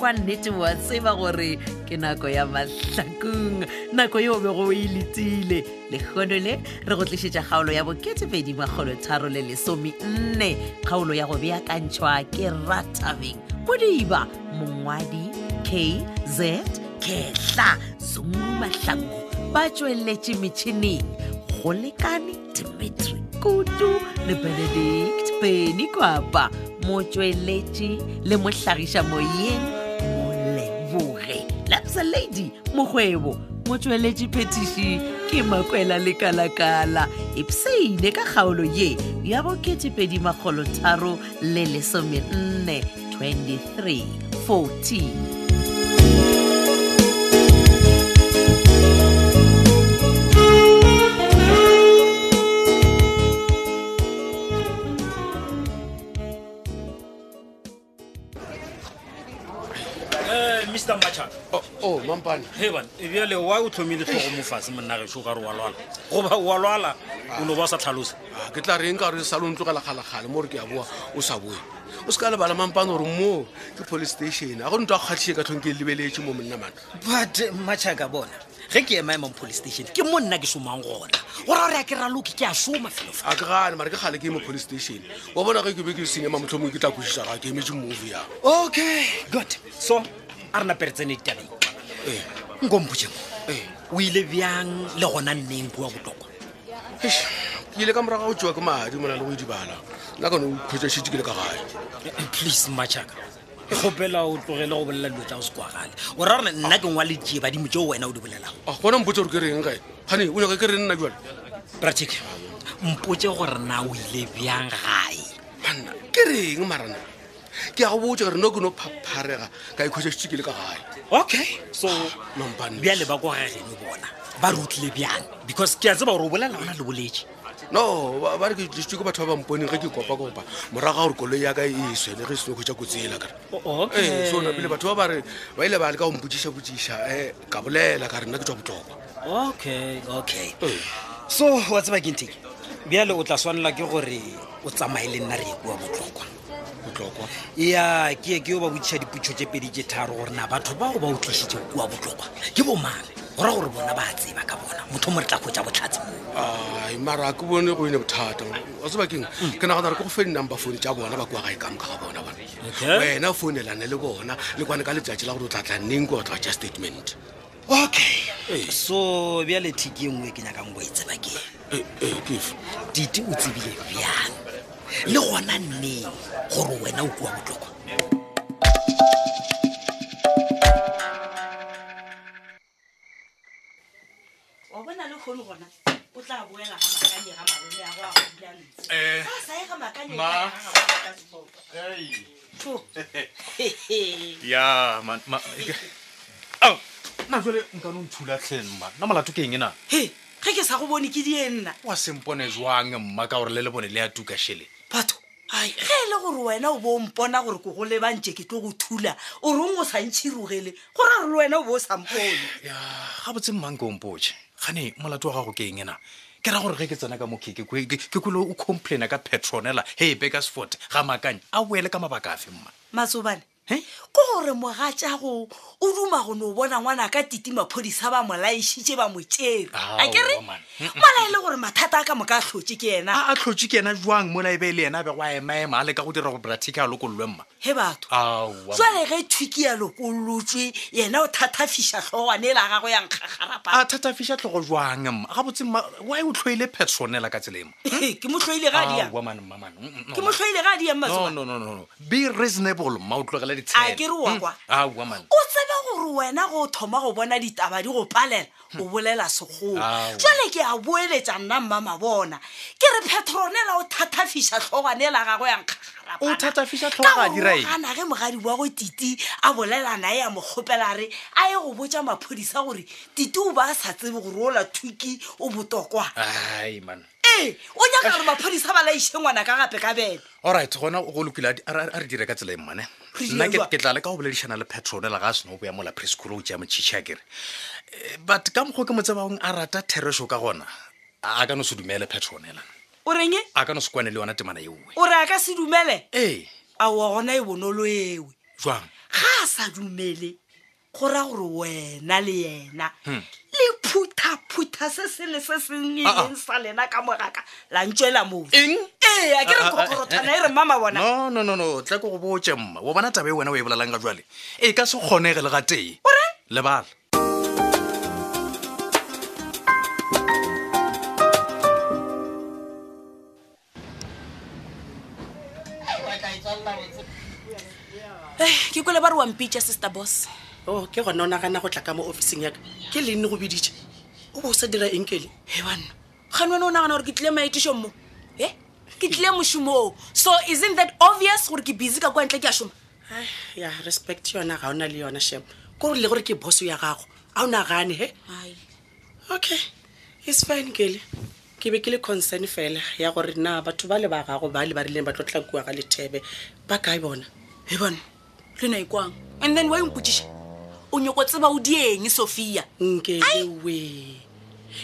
ba nnete wa tseba gore ke nako ya mahlakong nako yo bego o e letile lekgono le re go tlišetša kgaolo ya boketepedi magolotharo le lesome nne kgaolo ya go beakantšhwa ke ratabeng modiba mongwadi kz kehla zungu mahlangu ba tsweletše metšhineng go lekane dimitri kutu le benedict beny kwapa motsweletši le mohlagiša moyeng moleboge lapsa lady mokgwebo motsweletši phetiši ke makwela le kalakala epseine ka kgaolo ye ya bo2edimagolotharo le lesomenne 23 14 Eh, mr machaka o o, Oh, mampane heban ebjale e wa o tlhomile tlhogo mofase monnagešo ka re wa lwala goba wa lwala o no ba o sa tlhalose a, Ah, ke tla reng ka gore sale o ntlogela kgalakgale mo gore ke a boa o sa boe o se ka lebala mampane gore mo ke police station a go nto a kgatlhie ka tlhong ke lebeletse mo monna mana but machaka bona ge ke emaemang police station ke mo nna ke somang gona gora gore ya ke raloke ke a soma felofa a ke gane mare ke gale ke eme police station wa bona ge ke be ke senyema motlho mongwe ke tla kwešiša ga ke emetse movie ya okay good so a re naperetsene ditabeng Eh, nkompoje mo Eh. o ile bjang le gona nneng kua botlokwa ke ile ka moraga go tsewa ke madi mona le go edibala nna kane o kgwetsašitse ke le ka gae please machaka ke kgopela o tlogele go bolela dilo tsa go se kwagale o ra gore nna ke ngwa le tie badimo tseo wena o di bolelago a gona mpotse gore ke reng kae gane o nyaka ke re nna jale bratic mpotse gore na o ile bjang gae manna ke reng marana ke a go botse gore no ke no phapharega ka ikgwetsašitse ke le ka gae okay so mampane bjale ba kwa gageno bona ba re utlwile bjang because ke a tseba gore o bolela ona le boletse no ba ba re ke tlisitswe ke batho ba bamponeng ge ke kopa-kopa moraga gore koloi yaka e swene ge seno kgwetsa kotsi ela kare ee so napile batho ba bare ba ile ba leka go mpotsiša-potsiša um ka bolela ka re nna ke tswa botlokwa okay okay Ee. so wa tseba ke nteng bjale o tla swanela ke gore o tsamaye le nna re e ekua botlhokwa botlokwa ya ke ye ke yo ba botšiša diputso tse pedi tse tharo gore na batho bao ba o tlisitse o kua botlhokwa ke bomang gora gore bona ba a tseba ka bona motho mo re tla kgwetsa botlhatse moo ai mara ha ke bone go ene bothata wa sebakeng ke nagana gore ke go fe di-number phone tja bona ba kua ga e ka moka ga bona bona Okay. wena founelane le bona le kwane ka letsatsi la gore o tlatla neng ke batho ba ja statement okay so bjale thiki e nngwe ke nyakang go e tseba keng ee kefe dite o tsebile bjang le gona nneng gore wena o kua botlhokwa wa bona le kgone gona o tla boela ga makanye ga malome a go a go dula letse Eh, a saye ga makanye Ma. ya man- ma- Au, nna jale nkane o nthula tlhen mma nna molato ke eng na he ge ke sa go bone ke die nna oa sempone jwang mma ka gore le le bone le ya tuka shele batho ai ge e le gore wena o bo o mpona gore ke go lebantse ke tlo go thula o reng o santšhirogele gore a re le wena o bo o sampone ya ga Ah, botse mmankompoe gane molato wa gago ke eng na ke ra gore ge ke tsena ka mokeke ke kole o complaina ka petronela he bekasfort ga makanye a boele ka mabaka afe mma matsobane He? ke gore mogatšago o duma go ne o bona ngwana ka titi maphodisa ba mo laišitše ba mo tšere a ke re Aowa, man. mola e le gore mathata a ka moka a tlhotse ke ena a a tlhotse ke ena jwang mola e be le ena a bego a emaema a leka go dira go bratica a lokololwe mma he batho Aowa, tswale ge thuki ya lokolotswe yena o thatafiša tlhogwane e la gago ya nkgagarapa a thatafiša tlhogo jwang mma ga botse mma wi o tlhoile petronela ka e, tselema ke mo tlhoile ga Ah, diang Mm, ke mo tlhoile ga diang matsoa nononono be reasonable mma o tlogela A, ke re wa Mm. kwa. ditshelaman o tsebe gore wena go thoma go bona ditaba di go palela o bolela sekgono Hmm. Aowa. jale ke a boeletsa nna mmama bona ke re petronela o thatafiša tlhogwane e la gago ya nkgagarapa o thatafiša tlhogo ga a dira eng ana ge mogadi wa go titi a bolela nae a mo kgopela re a ye go botsa maphodisa gore titi o ba a sa tsebe gore ola thuki o botokwana ai man ee o nyaka gore maphodisa ba laiše ngwana ka gape ka bene alright gona go lokile a di- a re- a re dire ka tsela e mmane Re dire nna ke jwang? ke tla le ka go boledišana le petronela ga a seno o boya mola preschool o tea motšhitšha kere Eh, but ka mokgwa o ke mo tsebagong a rata thereso ka gona a a ka no se dumele petronela o reng e? a ka no se kwane le yona temana eoe o re a ka se dumele ee aowa gona e bonolo ewe jwang ga a sa dumele go raya gore wena le yena le phuthaphutha se se le se sengeleng sa lena ka mogaka la ntswela moo eng ee a Eh, ke re Ah, ah, ah, kokorothana e re mama bona no no no no tla ke go botse mma o bona taba e wena o e bolelang ka jwale e ka se kgonege le ga tee lebala Eh, ke kole ba re wampitša sister boss o Oh, ke gona o nagana go tla ka mo officing yaka ke le nne go biditše o bo o sa dira enkele e banna gane wena o nagana gore ke tlile maetišong mo e ke tlile mošomo oo so isn't that obvious gore ke busy ka kwa ntle ke a šoma ya respect yona ga o na le yona shem ko gore le gore ke boso ya gago a o nagane he okay is fine kele ke be ke le concern fela ya gore na batho ba le ba gago ba le ba rileng ba tlo tlakua ga lethebe ba kae bona e banna le na ikwang and then wy nkotsiša o nyoko tseba o dieng sophia nkele we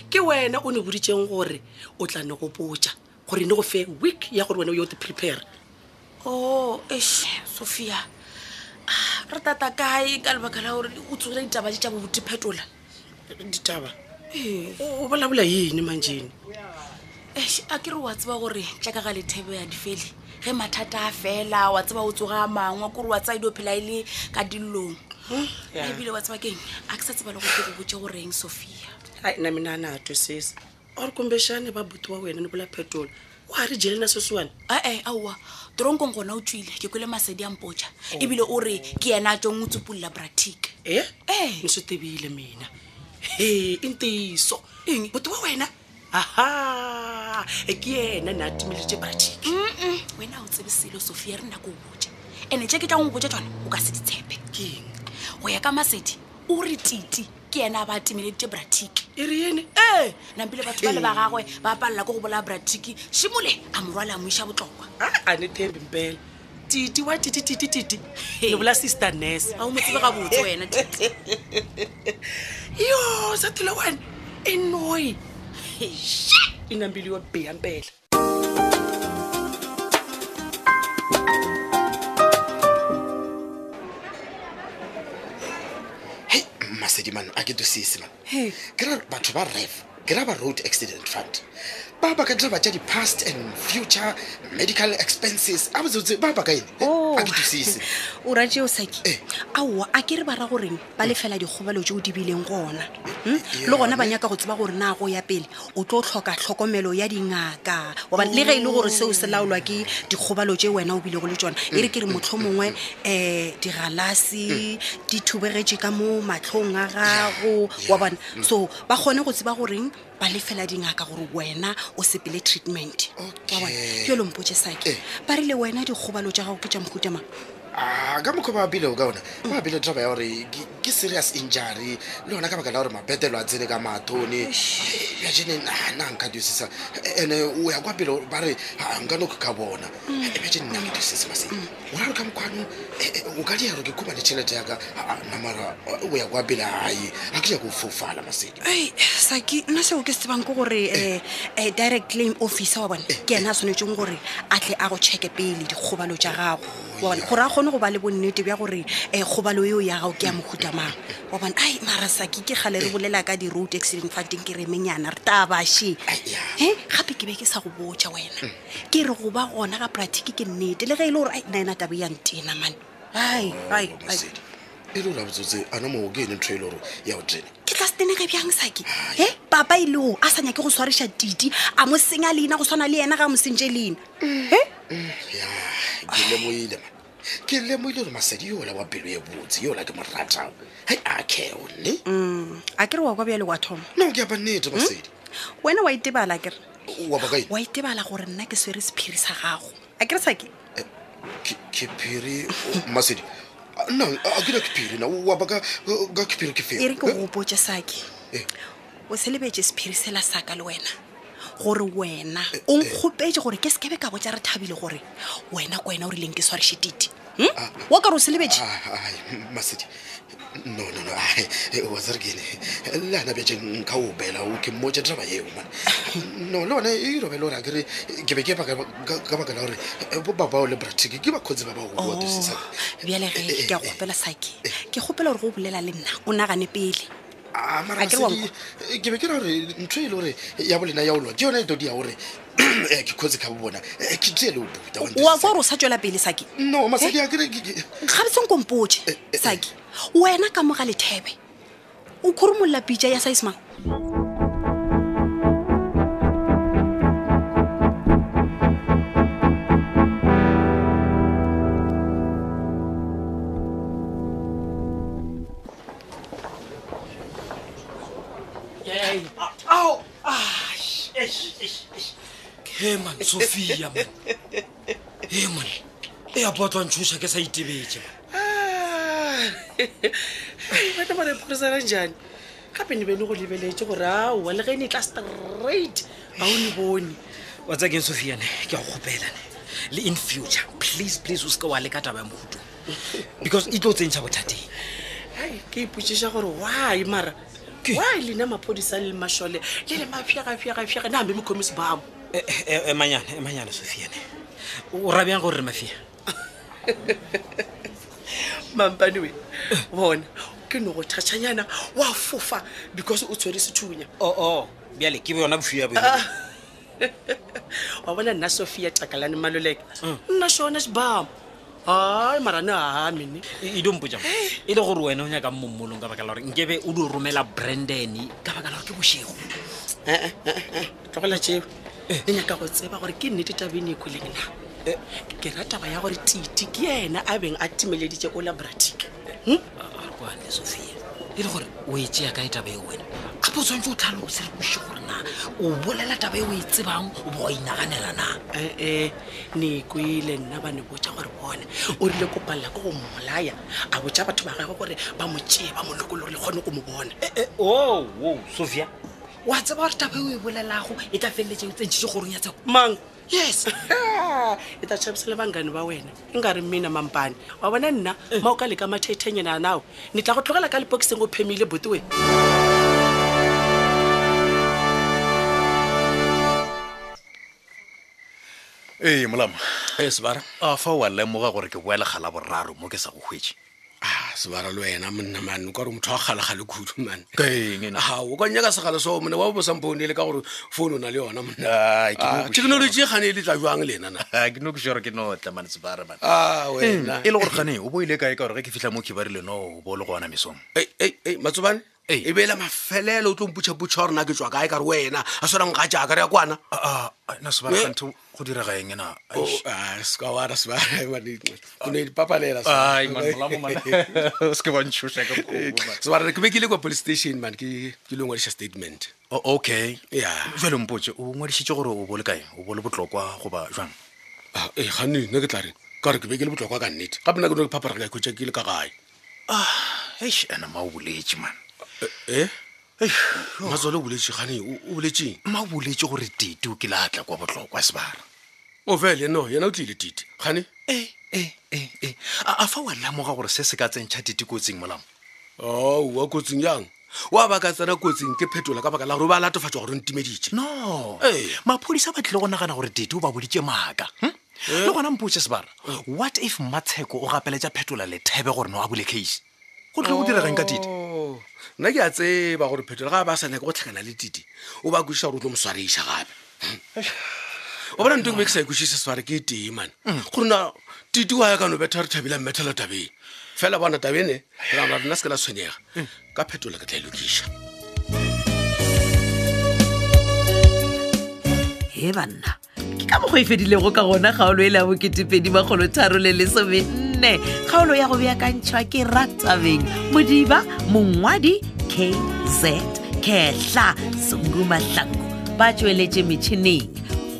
ke wena o ne boditseng gore o tla ne go botja gore ne go fe week ya gore wena o yo te prepare o eš sophia Ah, re tata kae ka lebaka la gore o tsogile ditaba di tsa bobote phetola ditaba o o bolabola eng manjene Eish, a ke re wa tseba gore jaaka ga lethebe ya difele ge mathata a fela wa tseba o tsoga a mangwe kore wa tsaya dio phela e le ka dillong yeah. ebile wa tseba keng a ke sa tseba le go ke go botse goreng sophia hai na mina a na twe sesi ore kumbexani va buti wa wena ni vula phetola wa ha ri jele na sweswiwani ae aowa toronkong gona o tswile ke kwele masedi a mpotša Oh. ebile o re ke yena a tswang o tsopolola bratic e Eh. ni swi tivile mina he i ntiyiso eng buti wa wena aha e ke yena na timeletse bratiki wena ha o tsebe selo sophia re nako o botse and-e tše ke tlang o botse tsone o ka se di tshepe ke eng go ya ka masedi o re titi ke yena a ba a timeleditše bratic i ri yini ee nampile batho ba le Ee. ba gagwe ba palela ko go bolaya bratiki šimole a morwale a moiša botlokwa a a ni thembi mpela "Ah, titi wa titi titi titi ni vula sister nes ga o mo tsebe gabotse wena Titi. yo satilo wena i noyi i na mbilu yo biha mpela hei masedi mane a ke dosese man ke ra batho ba ref ke ra ba road accident fund ba ba ka dira ba tja di-past and future medical expenses a botsetse ba ba ka ene Oh. a ke dosese o rateo saki Eh. aowa a ke re ba ra goreng ba lefela dikgobalo tse o di bileng gona Hmm? Eh, le gona ba nyaka go tseba gore na go ya pele o tlo tlhoka tlhokomelo ya dingaka obane le ge e le gore seo se laolwa ke dikgobalo tse wena o bilego le tsona e re ke re Mm, motlho mongwe um digalase di thubegetse ka mo matlhong a gago wa bona Mm. so ba kgone go tseba goreng ba lefela dingaka gore wena o sepele treatment wa bona Okay. ke lompotse saki Eh. ba rile wena dikgobalo tja gago ke tja mohutamang a Ah, ka mokgwa ba bilego ka ona ba bile draba ya gore ke- ke serious injury le yona ka baka la gore mapetelo a tsene ka mathone bjajene na nka diosisa ande o ya kwa pele gore ba re "Ah, nka no ke ka bona bjajene nna ke diosise mase o rare ka mokwano e, o ka diagore ke khumane tšhelete yaka "Ah, ah, nna mara ah, o ya kwa pele gae ga ke nyako o fofala masedi ei saki nna seo ke se tsebang ke gore um direct claim officer wa bone ke ena a tshwanetseng gore a tle a go check-e pele dikgobalo tja gago wa bone gore a kgone go ba le bonnete bja gore um kgobalo eo ya gago ke ya mohutamang wa bone ai mara saki ke gale re bolela ka di-road accident funding ke remenyana re tabaše ya. e gape ke be ke sa go botja wena ke re go ba gona ga pratiki ke nnete le ge e le gore ai nna ena taba ya ntena mane ai ai ai masedi e le o la botsotse ano moo ke ene ntho e le gore ya o trene ke tla setenege bjang sake e papa e leo a sa nyake go swarisa titi a mo senya leina go tshwana le yena Eh, ga a mo sentse leina Mm. Eh, ya ke lemoile man ke lemoile gore masadi yola wa pelo e botse yola ke mo ratang hai a keo nne a ke re wa kwa bjale wa thoma Hmm? nao ke apa nnete masedi wena wa itebala kere wa e, bakae wa itebala gore nna ke swere sephiri sa gago a ke re sake ke phiri masedi nna a kena ke phiri na wa baka ka ke phiri ke e fere re ke gopotse sake Eh. o selebetse sephiri sela saka le wena gore Eh, wena o nkgopetse gore ke sekebe ka botsa re thabile gore wena ko wena o rileng ke swarishe tite wa ka re Ah. o selebee masedi no no no ai, eh, wa tsere ke ene le ana bjatše nka o bela o ke mmotse draba yeo man no le one e robele gore akere ke be ke epa ka ka- ka baka la gore eh, bo babao le bratiki ke bakgotsi ba Oh. baoatisisa bjale Eh, eh, ge ke a eh. kgopela sake ke kgopela gore go bolela le nna o nagane pele a mara Akere wa basadi, eh, ke be ke ra gore ntho e le gore ya bolena ya olwa ke yone e todi ya gore eh, ke kgotsi ka bo bona Eh, ke tee le o buta wa oa ntlisisa. kwa gore o sa tswela pele sake no Eh? masadi akere ke- ke- Eh, gabetseng kompotse saki wena ka moga lethebe o khurumolola pitša ya saismang Ah, he man sophia man he man e a botlwantshosa ke sa itebetse man. Ah. wena bone phorisana njani gape ne be le go lebeletse gore aowa le ge ne e tla straight ga o ne bone wa tsakeng sophiane ke a go gopelane le in future please please o seke wa leka taba ya mohuto because e tlo tsentšha bothateng ai ke ipotsiša gore why mara why lena maphodisa le le mašole le le mafegafegafege ne ambe mokhomisi babo E, emanyane emanyane sophiane o rabjang gore re mafia mampane we Eh. bona ke ne go thatšhanyana wa fofa because o tshwere sethunya oo bjale ke yona bofia bo e wa bona nna sophia takalane maloleke Mm. nna sona xibamo hayi mara ni hahamini e dompotsa e le gore wena o nyaka mommolong ka baka la gore nkebe o di romela branden ka baka la gore ke bošego Eh, Eh, tlogela jeo le nyaka go tseba gore ke nnete tabeng e kgweleng na Eh. ke ra taba ya gore titi ke yena a beng a timeleditse o labratic kwane sophia e le gore o e tseya kae taba eo wena gape o tshwanetse o tlhalose re boše gore na o bolela taba eo o e tsebang o bo wa inaganela na ee ne kwele nna ba ne botsa gore bona o rile kopalela ke go mmolaya a botsa batho ba gagwe gore ba mo tsee ba molekolo gore le kgone go mo bona oo sophia wa tseba gore taba eo e bolelago e tla feleletse o tsentšhitše gorong ya tseko mang yes e ta chavisa le vanghani va wena e i nga ri mina mampani wa vona nna ma u ka le ka mathethenyana nawu ni tla ku tlogela ka lepokiseng u phemile butiwe ee molamo e sebara a fa wa lemoga gore ke boele gala boraro mo ke sa go hwetse a sebara le wena monna mane o ka gore motho wa kgalagale kudu mane Ka eng ena? a o ka nyaka segale seo mone wa bosa mpoone e le ka gore founu o na le yona monna Ah, ke Ah, no go thekenoloji e gane e le tla jwang le ena na Ah, ke no ke sure ke notla manesebare man a Ee, wena e le gore gane o bo ile kae ka gore ge ke fitlha mo khibare leno o bo o le go ona mesong Ei, ei, ei, matsobane Ei. e beela mafelelo o tlo mputšhaputšha gore na ke tswa kae ka re wena a swarang ga jaaka re ya kwana Eh? Ah, ah, na sebare kante go diraga eng ena Aish. seka wara e sebaraone dipapalela Ai, man, molamo, man. o seke wa ntšhoša ka kgomo, man. sebara ke bekile kwa police station man ke ke lengwadisa statement O- okay Ya. jale mpotse o ngwadišitše gore o bole kae o bole botlokwa goba jang Ah, ee gane nna ke tla reng ka gore ke bekele botlhokwa ka nnete gape nna ke no ke phaparela khotsa ke le ka gae Ah, eish ena ma o boletse man e matsole o boletse gane o boletseng ma o boletse gore tete o kile a tla kwa botlokwa sebara Eh, o fele no yena o tlile tite gane ee ee ee ee eh. a a fa wa lamoga gore se se ka tsentšha tete kotsing molamo o wa kotsing jang oa ba ka tsena kotsing ke phetola ka baka la gore o ba latofatswa gore o ntimeditše no Ee. maphodisa ba tlile go nagana gore tete o ba boditse maaka hm? le gona mpotse sebara what if matsheko o gapeletša phetola lethebe gore no a bule case go tlile go diregeng ka tete Oh, nna ke a tseba gore phetola ga ba sa nyaka go tlhakana le tite o ba kwešiša gore o tlo moswareiša gape o bona nto ke be ke sa ekwešiša sware ke e tee mane gore na tite wa ya kano betha re thabile mmethela tabeng fela bona tabene rana rena se ke la tshwenyega ka phetola ke tla e lokiša he banna ke ka mokgwa e fedilego ka gona kgaolo e la boketepedi magolotharo le lesomenne kgaolo ya go beakantšhwa ke ratabeng modiba mongwadi kz kehla sungu mahlangu ba tsweletše metšhineng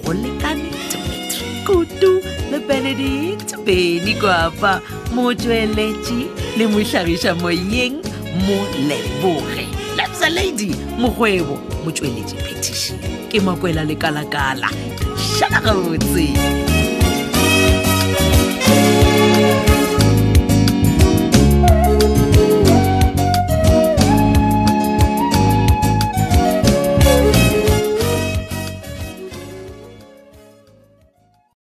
go lekane dimitri kutu le benedict beny kwapa motsweletši le mohlagiša moyeng mo leboge lapsa lady mokgwebo motsweletši phetiši ke makwela lekalakala šala gabotse